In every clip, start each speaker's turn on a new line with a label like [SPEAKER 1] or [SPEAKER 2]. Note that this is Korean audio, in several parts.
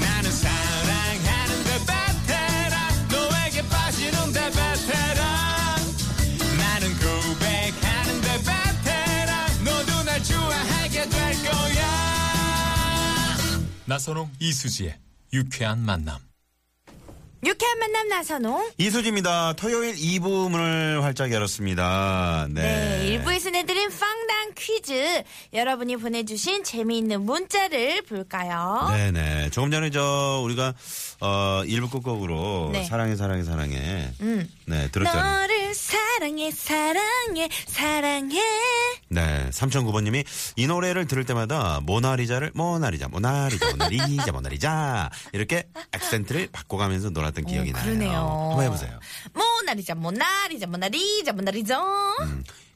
[SPEAKER 1] 나는 사랑하는데 베테랑 너에게 빠지는데 베테랑 나는 고백하는데 베테랑 너도 날 좋아하게 될 거야. 나선홍 이수지의 유쾌한 만남.
[SPEAKER 2] 유쾌한 만남 나선홍.
[SPEAKER 3] 이수지입니다. 토요일 2부문을 활짝 열었습니다. 네.
[SPEAKER 2] 네, 일부에서 내드린 빵당 퀴즈. 여러분이 보내주신 재미있는 문자를 볼까요?
[SPEAKER 3] 네 조금 전에 저 우리가 어 1부 끝곡으로
[SPEAKER 2] 네.
[SPEAKER 3] 사랑해 사랑해 사랑해.
[SPEAKER 2] 음.
[SPEAKER 3] 네, 들었잖아요.
[SPEAKER 2] 너를 사랑해, 사랑해, 사랑해.
[SPEAKER 3] 네. 3009번 님이 이 노래를 들을 때마다 모나리자를 모나리자 모나리자 모나리자 모나리자 이렇게 액센트를 바꿔 가면서 놀았던 기억이 나요.
[SPEAKER 2] 어, 그러네요.
[SPEAKER 3] 한번 해 보세요.
[SPEAKER 2] 모나리자, 모나리자, 모나리자, 모나리자.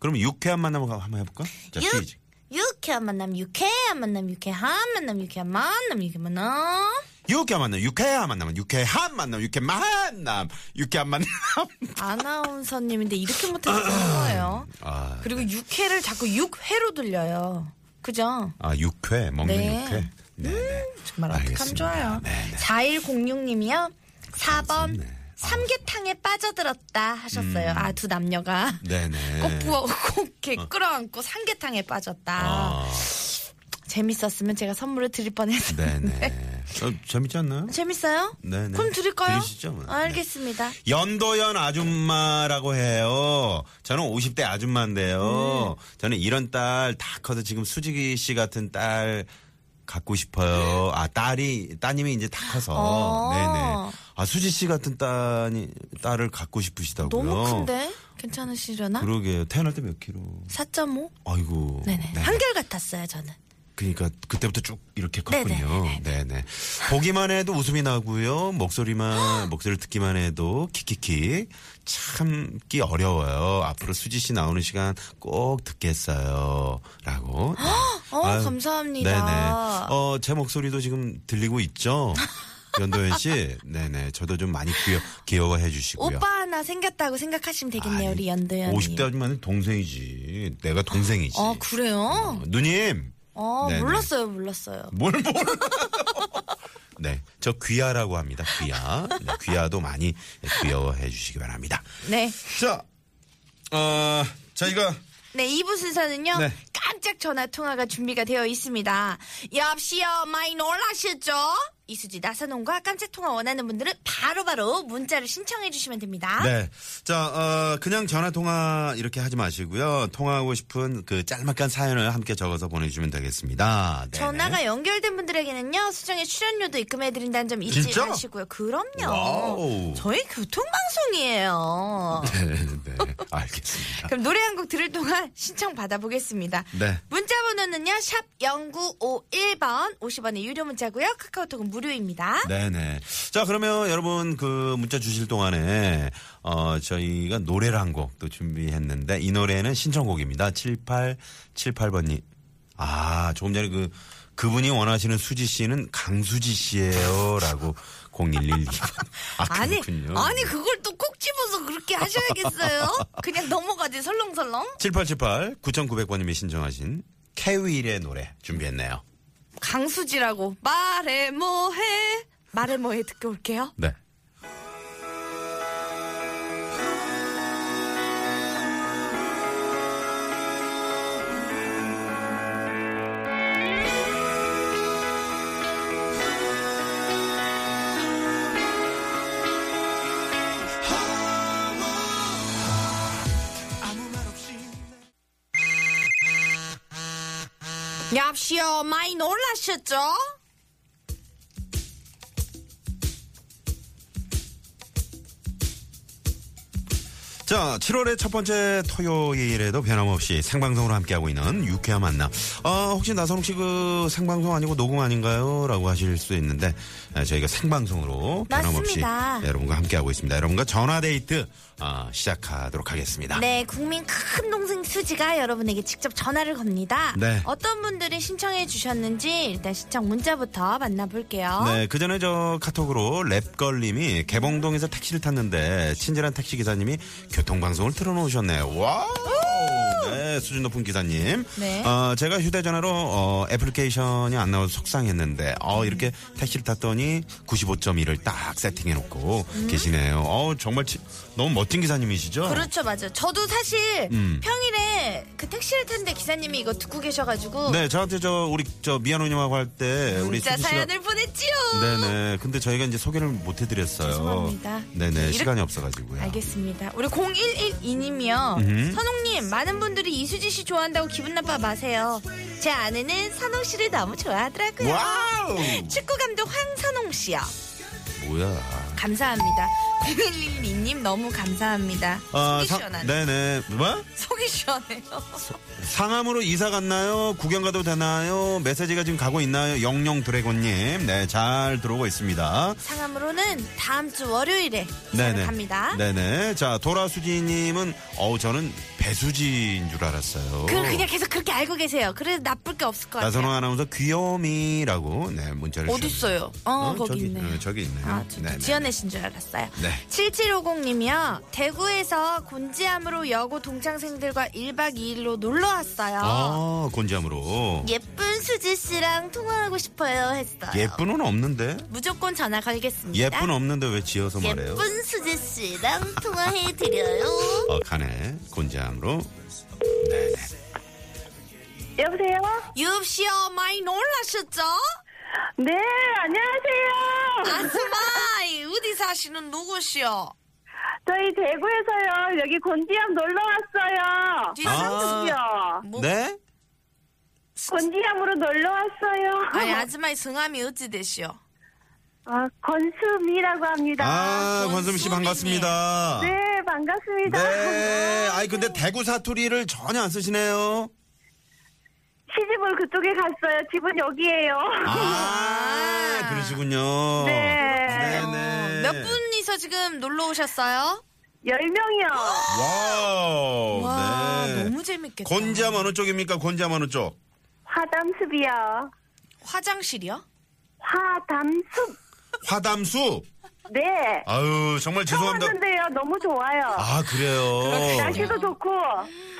[SPEAKER 3] 그럼 유쾌한 만남 한번 해 볼까? 음, 자,
[SPEAKER 2] 유,
[SPEAKER 3] 퀴즈.
[SPEAKER 2] 유쾌한 만남, 유쾌한 만남, 유쾌한 만남, 유쾌한 만남, 유쾌한 만남.
[SPEAKER 3] 유쾌한 만남, 유쾌한 만남, 유쾌한 만남, 유쾌한 만남, 유쾌한 만남.
[SPEAKER 2] 아나운서님인데 이렇게 못해주는 거예요.
[SPEAKER 3] 아,
[SPEAKER 2] 그리고 육회를 자꾸 육회로 들려요. 그죠?
[SPEAKER 3] 아, 육회 먹는
[SPEAKER 2] 네.
[SPEAKER 3] 육회. 네, 네.
[SPEAKER 2] 정말 어떡하면
[SPEAKER 3] 알겠습니다.
[SPEAKER 2] 좋아요.
[SPEAKER 3] 네, 네.
[SPEAKER 2] 4106님이요. 4번 삼계탕에 빠져들었다 하셨어요. 아 두 남녀가
[SPEAKER 3] 음. 네네.
[SPEAKER 2] 꼭 부어 꼭 이렇게 끌어안고 삼계탕에 빠졌다.
[SPEAKER 3] 아,
[SPEAKER 2] 재밌었으면 제가 선물을 드릴 뻔했는데.
[SPEAKER 3] 네네. 어, 재밌지 않나요?
[SPEAKER 2] 재밌어요?
[SPEAKER 3] 네, 네.
[SPEAKER 2] 그럼 드릴까요?
[SPEAKER 3] 드리시죠, 뭐.
[SPEAKER 2] 알겠습니다.
[SPEAKER 3] 연도연 아줌마라고 해요. 저는 50대 아줌마인데요.
[SPEAKER 2] 음.
[SPEAKER 3] 저는 이런 딸 다 커서 지금 수지기 씨 같은 딸 갖고 싶어요. 아, 딸이, 따님이 이제 다 커서.
[SPEAKER 2] 네. 어.
[SPEAKER 3] 네네. 아, 수지 씨 같은 딸이, 딸을 갖고 싶으시다고요?
[SPEAKER 2] 너무 큰데 괜찮으시려나?
[SPEAKER 3] 그러게요. 태어날 때 몇 킬로?
[SPEAKER 2] 4.5?
[SPEAKER 3] 아이고.
[SPEAKER 2] 네네.
[SPEAKER 3] 네.
[SPEAKER 2] 한결 같았어요 저는.
[SPEAKER 3] 그러니까 그때부터 쭉 이렇게
[SPEAKER 2] 네,
[SPEAKER 3] 컸군요. 네네. 보기만 해도 웃음이 나고요. 목소리만 목소리를 듣기만 해도 키키키 참기 어려워요. 앞으로 수지 씨 나오는 시간 꼭 듣겠어요.라고. 네.
[SPEAKER 2] 어
[SPEAKER 3] 아유,
[SPEAKER 2] 감사합니다.
[SPEAKER 3] 네네. 어, 제 목소리도 지금 들리고 있죠. 연도현 씨, 네네. 저도 좀 많이 귀여 귀여워해 주시고요.
[SPEAKER 2] 오빠 하나 생겼다고 생각하시면 되겠네요,
[SPEAKER 3] 아니,
[SPEAKER 2] 우리 연도연이.
[SPEAKER 3] 50대 아줌마는 동생이지. 내가 동생이지.
[SPEAKER 2] 어,
[SPEAKER 3] 음.
[SPEAKER 2] 그래요?
[SPEAKER 3] 누님.
[SPEAKER 2] 어,
[SPEAKER 3] 네네.
[SPEAKER 2] 몰랐어요, 몰랐어요.
[SPEAKER 3] 뭘 몰라. 네. 저 귀하라고 합니다. 귀하. 네, 귀하도 많이 귀여워해 주시기 바랍니다.
[SPEAKER 2] 네.
[SPEAKER 3] 자, 어, 저희가
[SPEAKER 2] 네, 2부 순서는요.
[SPEAKER 3] 네.
[SPEAKER 2] 깜짝 전화 통화가 준비가 되어 있습니다. 역시요, 많이 놀라셨죠? 이수지 나선홍과 깜짝 통화 원하는 분들은 바로바로 문자를 신청해 주시면 됩니다.
[SPEAKER 3] 네. 자, 어, 그냥 전화 통화 이렇게 하지 마시고요. 통화하고 싶은 그 짤막한 사연을 함께 적어서 보내주시면 되겠습니다. 네네.
[SPEAKER 2] 전화가 연결된 분들에게는요 수정의 출연료도 입금해 드린다는 점 잊지
[SPEAKER 3] 진짜?
[SPEAKER 2] 마시고요. 그럼요.
[SPEAKER 3] 와우.
[SPEAKER 2] 저희 교통방송이에요.
[SPEAKER 3] 네, 네. 알겠습니다.
[SPEAKER 2] 그럼 노래 한 곡 들을 동안 신청 받아보겠습니다.
[SPEAKER 3] 네.
[SPEAKER 2] 문자 번호는요. 샵 0951번 50원의 유료 문자고요. 카카오톡은 무료입니다.
[SPEAKER 3] 네네. 자, 그러면 여러분 그 문자 주실 동안에 어 저희가 노래를 한 곡 또 준비했는데 이 노래는 신청곡입니다. 7878번님. 아, 조금 전에 그 그분이 원하시는 수지 씨는 강수지 씨예요라고 0112. 아,
[SPEAKER 2] 아니,
[SPEAKER 3] 그렇군요.
[SPEAKER 2] 아니 그걸 또 꼭 집어서 그렇게 하셔야겠어요. 그냥 넘어가지 설렁설렁.
[SPEAKER 3] 7878 9900번님이 신청하신 케윌의 노래 준비했네요.
[SPEAKER 2] 강수지라고 말해 뭐해. 말해 뭐해 듣고 올게요.
[SPEAKER 3] 네.
[SPEAKER 2] 얍시요 많이 놀라셨죠?
[SPEAKER 3] 자, 7월의 첫 번째 토요일에도 변함없이 생방송으로 함께하고 있는 유쾌한 만남. 아, 혹시 나선홍 씨그 생방송 아니고 녹음 아닌가요? 라고 하실 수도 있는데, 아, 저희가 생방송으로 변함없이 네,
[SPEAKER 2] 맞습니다.
[SPEAKER 3] 여러분과 함께하고 있습니다. 여러분과 전화데이트 아, 시작하도록 하겠습니다.
[SPEAKER 2] 네, 국민 큰 동생 수지가 여러분에게 직접 전화를 겁니다.
[SPEAKER 3] 네.
[SPEAKER 2] 어떤 분들이 신청해 주셨는지 일단 신청 문자부터 만나볼게요.
[SPEAKER 3] 네, 그 전에 저 카톡으로 랩걸님이 개봉동에서 택시를 탔는데 친절한 택시 기사님이 교통방송을 틀어놓으셨네요. 와우! 네, 수준 높은 기사님.
[SPEAKER 2] 네.
[SPEAKER 3] 어, 제가 휴대전화로 어, 애플리케이션이 안 나와서 속상했는데 어,
[SPEAKER 2] 음.
[SPEAKER 3] 이렇게 택시를 탔더니 95.1을 딱 세팅해놓고 계시네요. 어, 정말 치- 너무 멋진 기사님이시죠?
[SPEAKER 2] 음. 그렇죠, 맞아요. 저도 사실
[SPEAKER 3] 어. 음.
[SPEAKER 2] 평일에 그 택시를 탄데 기사님이 이거 듣고 계셔가지고
[SPEAKER 3] 네, 저한테 저 우리 저 미아노님하고 할 때 우리
[SPEAKER 2] 문자
[SPEAKER 3] 수진 씨가
[SPEAKER 2] 사연을 보내지요.
[SPEAKER 3] 네네. 근데 저희가 이제 소개를 못 해드렸어요.
[SPEAKER 2] 죄송합니다.
[SPEAKER 3] 네네.
[SPEAKER 2] 이렇게-
[SPEAKER 3] 시간이 없어가지고요.
[SPEAKER 2] 알겠습니다. 우리 0112님이요. 선홍님, 많은 분들이 이수지 씨 좋아한다고 기분 나빠 마세요. 제 아내는 선홍 씨를 너무 좋아하더라고요.
[SPEAKER 3] 와우!
[SPEAKER 2] 축구 감독 황선홍 씨요.
[SPEAKER 3] 뭐야.
[SPEAKER 2] 감사합니다. 0112님 너무 감사합니다. 속이
[SPEAKER 3] 사-
[SPEAKER 2] 시원하네.
[SPEAKER 3] 어, 아, 네네. 뭐?
[SPEAKER 2] 속이 시원해요.
[SPEAKER 3] 상암으로 이사 갔나요? 구경 가도 되나요? 메시지가 지금 가고 있나요? 영영 드래곤님. 네, 잘 들어오고 있습니다.
[SPEAKER 2] 상암으로는 다음 주 월요일에 이사를
[SPEAKER 3] 네네.
[SPEAKER 2] 갑니다.
[SPEAKER 3] 네네. 자, 도라수지님은, 어우, 저는 배수지인 줄 알았어요.
[SPEAKER 2] 그럼 그냥 계속 그렇게 알고 계세요. 그래도 나쁠 게 없을 것
[SPEAKER 3] 나선호
[SPEAKER 2] 같아요.
[SPEAKER 3] 아나운서 귀요미라고, 네, 문자를 주셨어요.
[SPEAKER 2] 어딨어요? 어, 거기
[SPEAKER 3] 저기,
[SPEAKER 2] 있네요.
[SPEAKER 3] 어, 저기 있네요.
[SPEAKER 2] 아, 저도
[SPEAKER 3] 네네.
[SPEAKER 2] 지어내신 줄 알았어요.
[SPEAKER 3] 네.
[SPEAKER 2] 7750님이요. 대구에서 곤지암으로 여고 동창생들과 1박 2일로 놀러 왔어요.
[SPEAKER 3] 아, 곤지암으로.
[SPEAKER 2] 예쁜 수지 씨랑 통화하고 싶어요 했어요.
[SPEAKER 3] 예쁜은 없는데?
[SPEAKER 2] 무조건 전화 걸겠습니다.
[SPEAKER 3] 예쁜 없는데 왜 지어서 말해요?
[SPEAKER 2] 아. 예쁜 수지 씨랑 통화해 드려요.
[SPEAKER 3] 어, 가네. 곤지암으로. 네네.
[SPEAKER 4] 여보세요?
[SPEAKER 2] 유시어 많이 놀라셨죠?
[SPEAKER 4] 네, 안녕하세요.
[SPEAKER 2] 아스마이 어디 사시는 누구시요?
[SPEAKER 4] 저희 대구에서요. 여기 곤지암 놀러 왔어요.
[SPEAKER 2] 뒤에서
[SPEAKER 4] 요
[SPEAKER 2] 아, 뭐-
[SPEAKER 3] 아, 네?
[SPEAKER 4] 곤지암으로 놀러 왔어요.
[SPEAKER 2] 아니 아스마이 성함이 어찌 되시오?
[SPEAKER 4] 아, 건수미라고 합니다.
[SPEAKER 3] 아, 권수미 씨
[SPEAKER 2] 권수미님.
[SPEAKER 3] 반갑습니다.
[SPEAKER 4] 네, 반갑습니다.
[SPEAKER 3] 네. 아이, 근데 대구 사투리를 전혀 안 쓰시네요.
[SPEAKER 4] 시집을 그쪽에 갔어요. 집은 여기에요.
[SPEAKER 3] 아, 그러시군요.
[SPEAKER 4] 네.
[SPEAKER 3] 네네.
[SPEAKER 2] 어, 몇 분이서 지금 놀러 오셨어요?
[SPEAKER 4] 열 명이요.
[SPEAKER 3] 와우.
[SPEAKER 2] 와
[SPEAKER 3] 네.
[SPEAKER 2] 너무 재밌겠다.
[SPEAKER 3] 곤지암 어느 쪽입니까? 곤지암 어느 쪽?
[SPEAKER 4] 화담숲이요.
[SPEAKER 2] 화장실이요?
[SPEAKER 4] 화담숲.
[SPEAKER 3] 화담수?
[SPEAKER 4] 네.
[SPEAKER 3] 아유, 정말
[SPEAKER 4] 처음
[SPEAKER 3] 죄송합니다.
[SPEAKER 4] 왔는데요. 너무 좋아요.
[SPEAKER 3] 아, 그래요.
[SPEAKER 4] 날씨도 좋고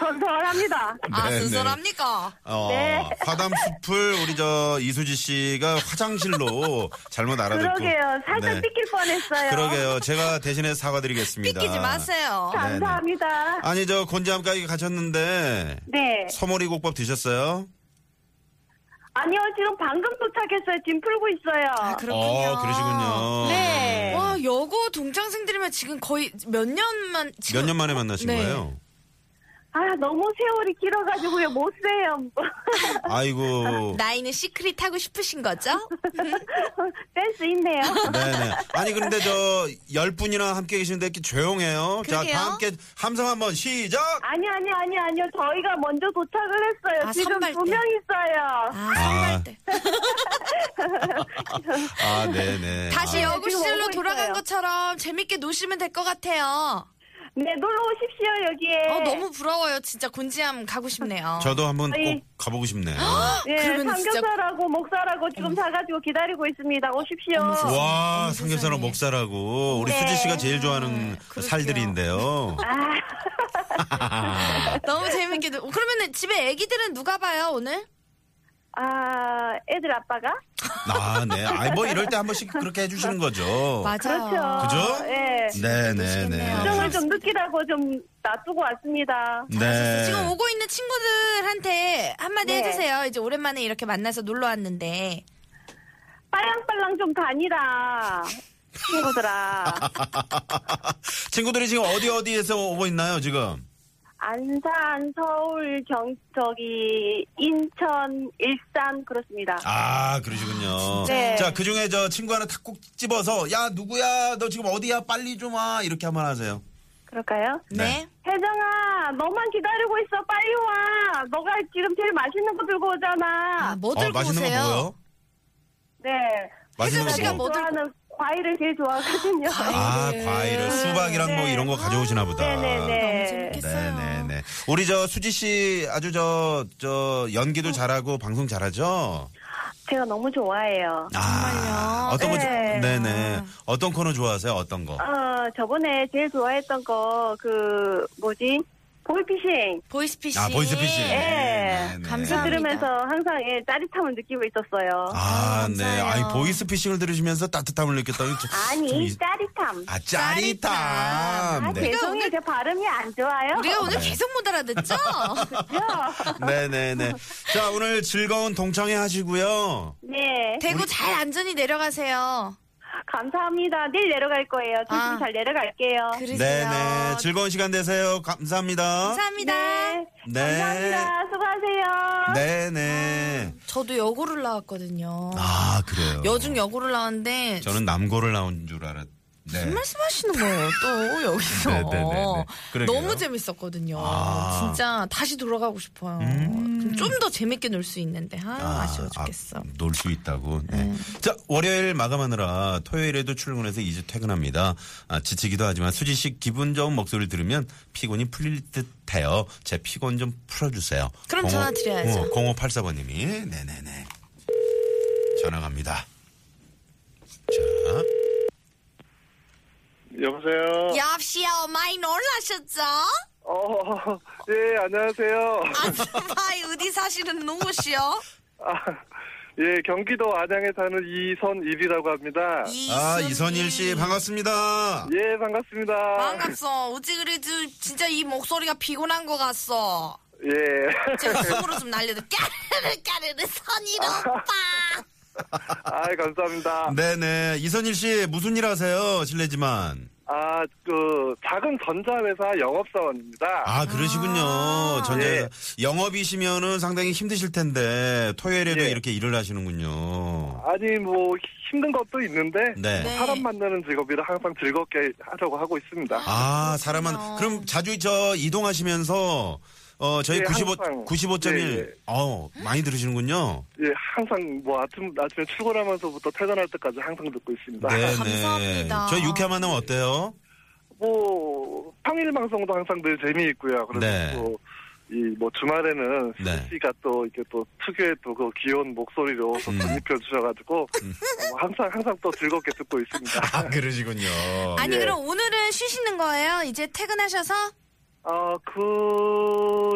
[SPEAKER 4] 선선합니다.
[SPEAKER 2] 아
[SPEAKER 3] 네,
[SPEAKER 2] 순설합니까?
[SPEAKER 3] 어,
[SPEAKER 4] 네.
[SPEAKER 3] 화담 숲을 우리 저 이수지 씨가 화장실로 잘못 알아듣고.
[SPEAKER 4] 그러게요. 살짝
[SPEAKER 3] 네.
[SPEAKER 4] 삐낄 뻔했어요.
[SPEAKER 3] 그러게요. 제가 대신에 사과드리겠습니다.
[SPEAKER 2] 삐끼지 마세요.
[SPEAKER 3] 네.
[SPEAKER 4] 감사합니다.
[SPEAKER 3] 아니 저 곤지암까지 가셨는데
[SPEAKER 4] 네.
[SPEAKER 3] 소머리 국밥 드셨어요?
[SPEAKER 4] 아니요, 지금 방금 도착했어요. 짐 풀고 있어요.
[SPEAKER 2] 아, 그렇군요.
[SPEAKER 3] 어, 그러시군요.
[SPEAKER 4] 네.
[SPEAKER 2] 와 여고 동창생들이면 지금 거의 몇 년만 지금
[SPEAKER 3] 몇 년 만에 만나신
[SPEAKER 2] 네.
[SPEAKER 3] 거예요?
[SPEAKER 4] 아, 너무 세월이 길어가지고요. 못 세요.
[SPEAKER 3] 아이고.
[SPEAKER 2] 나이는 시크릿 하고 싶으신 거죠?
[SPEAKER 4] 뺄수 있네요.
[SPEAKER 3] 네네. 아니 근데 저 열 분이나 함께 계시는데 이렇게 조용해요. 자,
[SPEAKER 2] 그러게요.
[SPEAKER 3] 다 함께 함성 한번 시작.
[SPEAKER 4] 아니, 아니, 아니, 아니요. 저희가 먼저 도착을 했어요.
[SPEAKER 2] 아,
[SPEAKER 4] 지금
[SPEAKER 2] 선발 때.
[SPEAKER 4] 두 명 있어요.
[SPEAKER 2] 아 선발 때
[SPEAKER 3] 아, 네네.
[SPEAKER 2] 다시
[SPEAKER 3] 아,
[SPEAKER 4] 지금
[SPEAKER 2] 여고실로
[SPEAKER 4] 오고
[SPEAKER 2] 돌아간
[SPEAKER 4] 있어요.
[SPEAKER 2] 것처럼 재밌게 노시면 될 것 같아요.
[SPEAKER 4] 네, 놀러 오십시오, 여기에.
[SPEAKER 2] 어 너무 부러워요. 진짜 곤지암 가고 싶네요.
[SPEAKER 3] 저도 한번 꼭
[SPEAKER 4] 아니.
[SPEAKER 3] 가보고 싶네요.
[SPEAKER 4] 예,
[SPEAKER 2] 그러면은 진짜- 음.
[SPEAKER 4] 삼겹살하고 목살하고 지금 사가지고 기다리고 있습니다. 오십시오.
[SPEAKER 3] 와
[SPEAKER 2] 어머,
[SPEAKER 3] 삼겹살은
[SPEAKER 2] 세상에. 그렇죠.
[SPEAKER 3] 목살하고 우리
[SPEAKER 4] 네.
[SPEAKER 3] 수지 씨가 제일 좋아하는
[SPEAKER 2] 그러게요.
[SPEAKER 3] 살들인데요.
[SPEAKER 2] 아. 너무 재밌게 노- 그러면은 집에 아기들은 누가 봐요 오늘?
[SPEAKER 4] 아, 애들 아빠가?
[SPEAKER 3] 아, 네. 아이 뭐 이럴 때 한 번씩 그렇게 해주시는 거죠.
[SPEAKER 2] 맞아요.
[SPEAKER 4] 그렇죠.
[SPEAKER 3] 어, 그죠?
[SPEAKER 4] 예.
[SPEAKER 2] 음.
[SPEAKER 3] 네, 네,
[SPEAKER 2] 그러시겠네요.
[SPEAKER 4] 정을
[SPEAKER 3] 네.
[SPEAKER 4] 좀 느끼라고 좀 놔두고 왔습니다.
[SPEAKER 3] 네.
[SPEAKER 2] 지금 오고 있는 친구들한테 한마디
[SPEAKER 4] 네.
[SPEAKER 2] 해주세요. 이제 오랜만에 이렇게 만나서 놀러 왔는데.
[SPEAKER 4] 빨랑빨랑 좀 다니라. 친구들아.
[SPEAKER 3] 친구들이 지금 어디 어디에서 오고 있나요 지금?
[SPEAKER 4] 안산, 서울, 경, 저기, 인천, 일산, 그렇습니다.
[SPEAKER 3] 아 그러시군요.
[SPEAKER 4] 네.
[SPEAKER 3] 자 그중에 저 친구 하나 탁 꼭 집어서 야 누구야 너 지금 어디야 빨리 좀 와 이렇게 한번 하세요.
[SPEAKER 4] 그럴까요?
[SPEAKER 3] 네.
[SPEAKER 2] 네.
[SPEAKER 4] 혜정아, 너만 기다리고 있어. 빨리 와. 너가 지금 제일 맛있는 거 들고 오잖아.
[SPEAKER 2] 아, 뭐
[SPEAKER 3] 어,
[SPEAKER 2] 들고
[SPEAKER 3] 맛있는 거
[SPEAKER 2] 오세요?
[SPEAKER 3] 뭐요?
[SPEAKER 4] 네.
[SPEAKER 3] 맛있는
[SPEAKER 2] 혜정
[SPEAKER 3] 거
[SPEAKER 2] 씨가 네.
[SPEAKER 3] 뭐?
[SPEAKER 2] 뭐 들고-
[SPEAKER 4] 좋아하는 과일을 제일 좋아하거든요.
[SPEAKER 3] 아, 과일을 수박이랑 뭐
[SPEAKER 4] 네.
[SPEAKER 3] 이런 거 가져오시나 보다.
[SPEAKER 2] 너무
[SPEAKER 4] 네네네.
[SPEAKER 2] 재밌겠어요.
[SPEAKER 3] 네네네. 우리 저 수지 씨 아주 저, 저
[SPEAKER 2] 어.
[SPEAKER 3] 연기도 잘하고 방송 잘하죠?
[SPEAKER 4] 제가 너무 좋아해요.
[SPEAKER 2] 정말요?
[SPEAKER 3] 아, 어떤 거,
[SPEAKER 4] 네.
[SPEAKER 3] 네. 네 어떤 코너 좋아하세요? 어떤 거?
[SPEAKER 4] 어, 저번에 제일 좋아했던 거, 그, 뭐지? 볼피싱.
[SPEAKER 2] 보이스피싱.
[SPEAKER 3] 아, 보이스피싱.
[SPEAKER 4] 네.
[SPEAKER 2] 감사합니다.
[SPEAKER 4] 들으면서 항상 예, 짜릿함을 느끼고 있었어요.
[SPEAKER 3] 아,
[SPEAKER 2] 아유,
[SPEAKER 3] 네.
[SPEAKER 2] 감사해요.
[SPEAKER 3] 아니, 보이스피싱을 들으시면서 따뜻함을 느꼈다니. 좀- 좀
[SPEAKER 4] 아니,
[SPEAKER 3] 이-
[SPEAKER 4] 짜릿함.
[SPEAKER 3] 아, 짜릿함.
[SPEAKER 4] 아,
[SPEAKER 3] 네.
[SPEAKER 4] 죄송해요. 제 발음이 안 좋아요.
[SPEAKER 2] 그러니까 우리가 오늘 계속 못 알아듣죠?
[SPEAKER 3] 네네네. 자, 오늘 즐거운 동창회 하시고요.
[SPEAKER 4] 네.
[SPEAKER 2] 대구 잘 안전히 내려가세요.
[SPEAKER 4] 감사합니다. 내일 내려갈 거예요. 조심히
[SPEAKER 2] 아.
[SPEAKER 4] 잘 내려갈게요.
[SPEAKER 2] 그러세요.
[SPEAKER 3] 네네. 즐거운 시간 되세요. 감사합니다.
[SPEAKER 2] 감사합니다.
[SPEAKER 4] 네.
[SPEAKER 3] 네.
[SPEAKER 4] 감사합니다. 수고하세요.
[SPEAKER 3] 네네.
[SPEAKER 2] 저도 여고를 나왔거든요.
[SPEAKER 3] 아, 그래요.
[SPEAKER 2] 여중 여고를 나왔는데
[SPEAKER 3] 저는 남고를 나온 줄 알았. 네.
[SPEAKER 2] 무슨 말씀하시는 거예요 또 여기서
[SPEAKER 3] 네, 네, 네, 네. 그러게요.
[SPEAKER 2] 너무 재밌었거든요
[SPEAKER 3] 아. 음.
[SPEAKER 2] 진짜 다시 돌아가고 싶어요 좀 더 재밌게 놀 수 있는데 아,
[SPEAKER 3] 아,
[SPEAKER 2] 쉬워 죽겠어
[SPEAKER 3] 아, 놀수 있다고. 네. 자, 월요일 마감하느라 토요일에도 출근해서 이제 퇴근합니다. 아, 지치기도 하지만 수지 씨 기분 좋은 목소리를 들으면 피곤이 풀릴 듯해요. 제 피곤 좀 풀어주세요.
[SPEAKER 2] 그럼
[SPEAKER 3] 공오-
[SPEAKER 2] 전화 드려야죠.
[SPEAKER 3] 어, 0584번님이 네네네 전화 갑니다. 자, 아.
[SPEAKER 5] 여보세요.
[SPEAKER 2] 엽시요 많이 놀라셨죠?
[SPEAKER 5] 어, 예, 안녕하세요.
[SPEAKER 2] 아줌마이 어디 사시는 누구시요?
[SPEAKER 5] 아, 예, 경기도 안양에 사는 이선일이라고 합니다.
[SPEAKER 3] 아 이선일 씨 반갑습니다.
[SPEAKER 5] 예, 반갑습니다.
[SPEAKER 2] 반갑소 어찌 그리 저- 진짜 이 목소리가 피곤한 것 같소
[SPEAKER 5] 예.
[SPEAKER 2] 제가 숨으로 좀 날려도 까르르 까르르 선일 오빠
[SPEAKER 5] 아, 감사합니다.
[SPEAKER 3] 네네 이선일 씨 무슨 일 하세요? 실례지만.
[SPEAKER 5] 아, 그 작은 전자회사 영업사원입니다.
[SPEAKER 3] 아 그러시군요. 전자
[SPEAKER 5] 예.
[SPEAKER 3] 영업이시면은 상당히 힘드실 텐데 토요일에도
[SPEAKER 5] 예.
[SPEAKER 3] 이렇게 일을 하시는군요.
[SPEAKER 5] 아니, 뭐 힘든 것도 있는데
[SPEAKER 3] 네.
[SPEAKER 2] 네.
[SPEAKER 5] 사람 만나는 직업이라 항상 즐겁게 하려고 하고 있습니다.
[SPEAKER 3] 아 사람은
[SPEAKER 2] 그렇군요.
[SPEAKER 3] 그럼 자주 저 이동하시면서 어 저희
[SPEAKER 5] 예,
[SPEAKER 3] 95
[SPEAKER 5] 항상.
[SPEAKER 3] 95.1
[SPEAKER 5] 예, 예.
[SPEAKER 3] 어 많이 들으시는군요.
[SPEAKER 5] 예, 항상 뭐 아침 아침에 출근하면서부터 퇴근할 때까지 항상 듣고 있습니다.
[SPEAKER 2] 감사합니다.
[SPEAKER 3] 네, 저희 유쾌한 만남 어때요?
[SPEAKER 5] 뭐 평일 방송도 항상 늘 재미있고요. 그리고
[SPEAKER 3] 네.
[SPEAKER 5] 또이 뭐 주말에는
[SPEAKER 3] 네.
[SPEAKER 5] 씨가 또 이렇게 또 특유의 또 그 귀여운 목소리로 또
[SPEAKER 3] 음.
[SPEAKER 5] 덧입혀 주셔가지고 뭐 항상 항상 또 즐겁게 듣고 있습니다.
[SPEAKER 3] 아, 그러시군요.
[SPEAKER 2] 아니
[SPEAKER 5] 예.
[SPEAKER 2] 그럼 오늘은 쉬시는 거예요? 이제 퇴근하셔서?
[SPEAKER 5] 아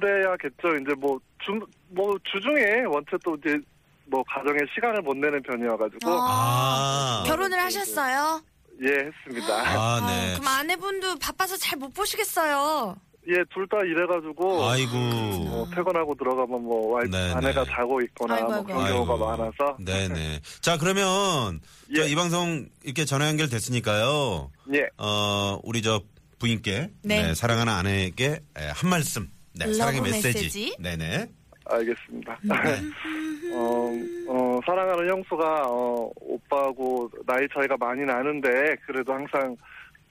[SPEAKER 5] 그래야겠죠. 이제 뭐주뭐 주중에 원체 또 이제 뭐 가정에 시간을 못 내는 편이어가지고
[SPEAKER 3] 아.
[SPEAKER 2] 결혼을 하셨어요?
[SPEAKER 5] 예 했습니다.
[SPEAKER 3] 아, 네.
[SPEAKER 2] 그럼
[SPEAKER 5] 음,
[SPEAKER 2] 아내분도 바빠서 잘 못 보시겠어요.
[SPEAKER 5] 예 둘 다 일해가지고
[SPEAKER 3] 아이고.
[SPEAKER 5] 뭐 퇴근하고 들어가면 뭐 와이프
[SPEAKER 3] 네,
[SPEAKER 5] 아내가
[SPEAKER 3] 네.
[SPEAKER 5] 자고 있거나
[SPEAKER 2] 아이고,
[SPEAKER 5] 뭐
[SPEAKER 2] 아이고.
[SPEAKER 5] 그런 경우가 많아서
[SPEAKER 3] 네네. 자, 그러면, 저
[SPEAKER 5] 예.
[SPEAKER 3] 이 방송 이렇게 전화 연결됐으니까요.
[SPEAKER 5] 예.
[SPEAKER 3] 어, 우리 저 부인께,
[SPEAKER 2] 네.
[SPEAKER 3] 네, 사랑하는 아내에게 에, 한 말씀. 네,
[SPEAKER 2] 러브
[SPEAKER 3] 사랑의 메시지.
[SPEAKER 2] 메시지.
[SPEAKER 3] 네네.
[SPEAKER 5] 알겠습니다.
[SPEAKER 3] 음.
[SPEAKER 5] 어, 어, 사랑하는 형수가 어, 오빠하고 나이 차이가 많이 나는데 그래도 항상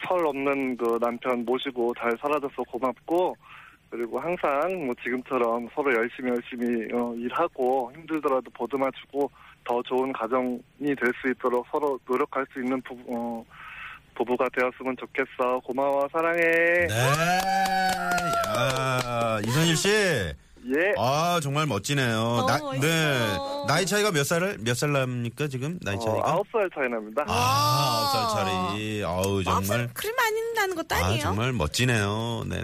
[SPEAKER 5] 철 없는 그 남편 모시고 잘 살아줘서 고맙고 그리고 항상 뭐 지금처럼 서로 열심히 열심히 어, 일하고 힘들더라도 보듬어주고 더 좋은 가정이 될 수 있도록 서로 노력할 수 있는 부부, 어, 부부가 되었으면 좋겠어. 고마워 사랑해.
[SPEAKER 3] 네. 야, 이선일 씨.
[SPEAKER 5] 예.
[SPEAKER 3] 아, 정말 멋지네요.
[SPEAKER 2] 어,
[SPEAKER 3] 나, 네. 나이 차이가 몇 살, 몇 살 납니까, 지금? 나이
[SPEAKER 5] 어,
[SPEAKER 3] 차이가?
[SPEAKER 5] 아홉 살 차이 납니다.
[SPEAKER 3] 네, 아, 아홉 살 차이. 아우, 정말.
[SPEAKER 2] 그리 많이 나는 것도
[SPEAKER 3] 아,
[SPEAKER 2] 아니에요.
[SPEAKER 3] 정말 멋지네요. 네.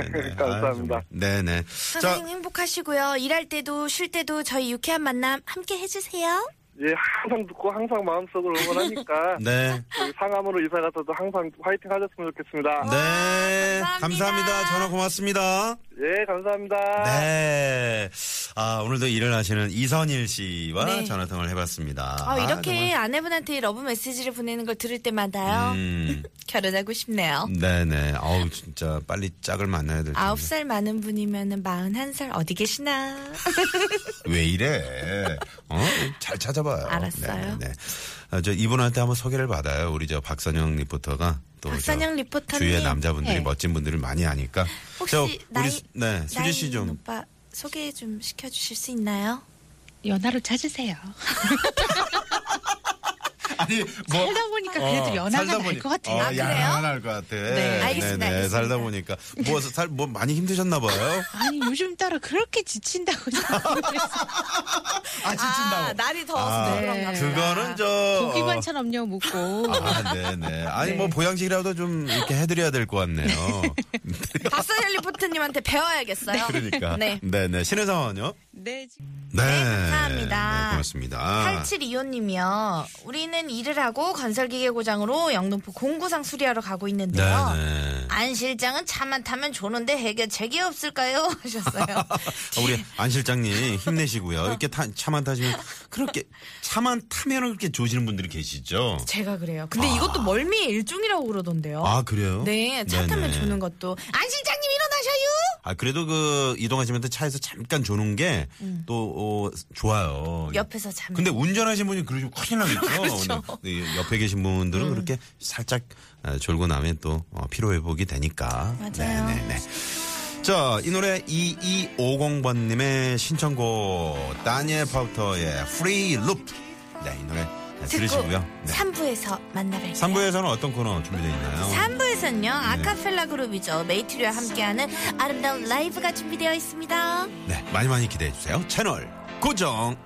[SPEAKER 5] 감사합니다.
[SPEAKER 3] 네네. 자,
[SPEAKER 2] 선생님 행복하시고요. 일할 때도 쉴 때도 저희 유쾌한 만남 함께 해주세요.
[SPEAKER 5] 예, 항상 듣고 항상 마음속으로 응원하니까
[SPEAKER 3] 네.
[SPEAKER 5] 저희 상암으로 이사 가서도 항상 화이팅 하셨으면 좋겠습니다.
[SPEAKER 3] 네.
[SPEAKER 2] 아, 감사합니다.
[SPEAKER 3] 감사합니다. 전화 고맙습니다.
[SPEAKER 5] 예, 감사합니다.
[SPEAKER 3] 네. 아, 오늘도 일을 하시는 이선일 씨와
[SPEAKER 2] 네.
[SPEAKER 3] 전화통화를 해봤습니다.
[SPEAKER 2] 아, 이렇게
[SPEAKER 3] 정말.
[SPEAKER 2] 아내분한테 러브 메시지를 보내는 걸 들을 때마다요.
[SPEAKER 3] 음,
[SPEAKER 2] 결혼하고 싶네요.
[SPEAKER 3] 네네. 아우, 진짜 빨리 짝을 만나야 될 텐데.
[SPEAKER 2] 아홉 살 많은 분이면 마흔한 살 어디 계시나.
[SPEAKER 3] 왜 이래? 어? 잘 찾아봐요.
[SPEAKER 2] 알았어요.
[SPEAKER 3] 네, 네. 아, 저 이분한테 한번 소개를 받아요. 우리 저 박선영 리포터가 또
[SPEAKER 2] 박선영
[SPEAKER 3] 저
[SPEAKER 2] 리포터님.
[SPEAKER 3] 주위에 남자분들이
[SPEAKER 6] 네.
[SPEAKER 3] 멋진 분들을 많이 아니까.
[SPEAKER 2] 혹시
[SPEAKER 3] 자, 우리
[SPEAKER 2] 나이-
[SPEAKER 3] 수- 네, 수지 씨
[SPEAKER 2] 나인
[SPEAKER 3] 좀.
[SPEAKER 2] 오빠 소개 좀 시켜주실 수 있나요?
[SPEAKER 6] 연하로 찾으세요.
[SPEAKER 3] 아니, 뭐
[SPEAKER 6] 살다 보니까 그래도
[SPEAKER 3] 어,
[SPEAKER 6] 연하가 날 것 같아요.
[SPEAKER 3] 어,
[SPEAKER 2] 아, 그래요?
[SPEAKER 3] 연하가 날것 같아. 네,
[SPEAKER 2] 알겠습니다,
[SPEAKER 3] 네,
[SPEAKER 2] 알겠습니다.
[SPEAKER 3] 살다 보니까 뭐 살 뭐 많이 힘드셨나 봐요.
[SPEAKER 6] 아니 요즘 따라 그렇게 지친다고 생각해서
[SPEAKER 3] 아,
[SPEAKER 2] 아, 날이 더워서
[SPEAKER 3] 아,
[SPEAKER 2] 그런가 보다.
[SPEAKER 3] 그거는 저 어.
[SPEAKER 6] 고기 반찬 없냐고 묻고
[SPEAKER 3] 아, 네네. 아니
[SPEAKER 6] 네.
[SPEAKER 3] 뭐 보양식이라도 좀 이렇게 해드려야 될 것 같네요.
[SPEAKER 2] 어, 박선영 리포터님한테 배워야겠어요.
[SPEAKER 3] 그러니까.
[SPEAKER 2] 네.
[SPEAKER 3] 네네. 신의 상황은요?
[SPEAKER 6] 네 지금
[SPEAKER 3] 네.
[SPEAKER 2] 감사합니다.
[SPEAKER 3] 네, 고맙습니다.
[SPEAKER 2] 8725님이요. 우리는 일을 하고 건설기계 고장으로 영등포 공구상 수리하러 가고 있는데요.
[SPEAKER 3] 네네.
[SPEAKER 2] 안 실장은 차만 타면 좋은데 해결책이 없을까요? 하셨어요.
[SPEAKER 3] 아, 우리 안 실장님 힘내시고요. 이렇게 타- 차만 타시면 그렇게 차만 타면은 그렇게 조시는 분들이 계시죠.
[SPEAKER 2] 제가 그래요. 근데 이것도 멀미의 일종이라고 그러던데요.
[SPEAKER 3] 아 그래요?
[SPEAKER 2] 네, 차 타면
[SPEAKER 3] 네네.
[SPEAKER 2] 조는 것도. 안 실장님 일어나셔요!
[SPEAKER 3] 아 그래도 그 이동하시면서 차에서 잠깐 조는 게 또 어, 좋아요.
[SPEAKER 2] 음. 옆에서 자면. 그렇죠.
[SPEAKER 3] 네. 근데 운전하신 분이 그러시면 큰일 나겠죠. 근데 이 옆에 계신 분들은
[SPEAKER 2] 음.
[SPEAKER 3] 그렇게 살짝 어, 졸고 나면 또 어, 피로 회복이 되니까.
[SPEAKER 2] 맞아요.
[SPEAKER 3] 네네네. 자, 이 노래 2250번님의 신청곡 다니엘 파우터의 Free Loop. 네, 이 노래
[SPEAKER 2] 듣고
[SPEAKER 3] 들으시고요. 네.
[SPEAKER 2] 3부에서 만나뵐게요.
[SPEAKER 3] 3부에서는 어떤 코너 준비되어 있나요?
[SPEAKER 2] 3부에서는요,
[SPEAKER 3] 네.
[SPEAKER 2] 아카펠라 그룹이죠. 메이트리와 함께하는 아름다운 라이브가 준비되어 있습니다.
[SPEAKER 3] 네, 많이 많이 기대해 주세요. 채널 고정.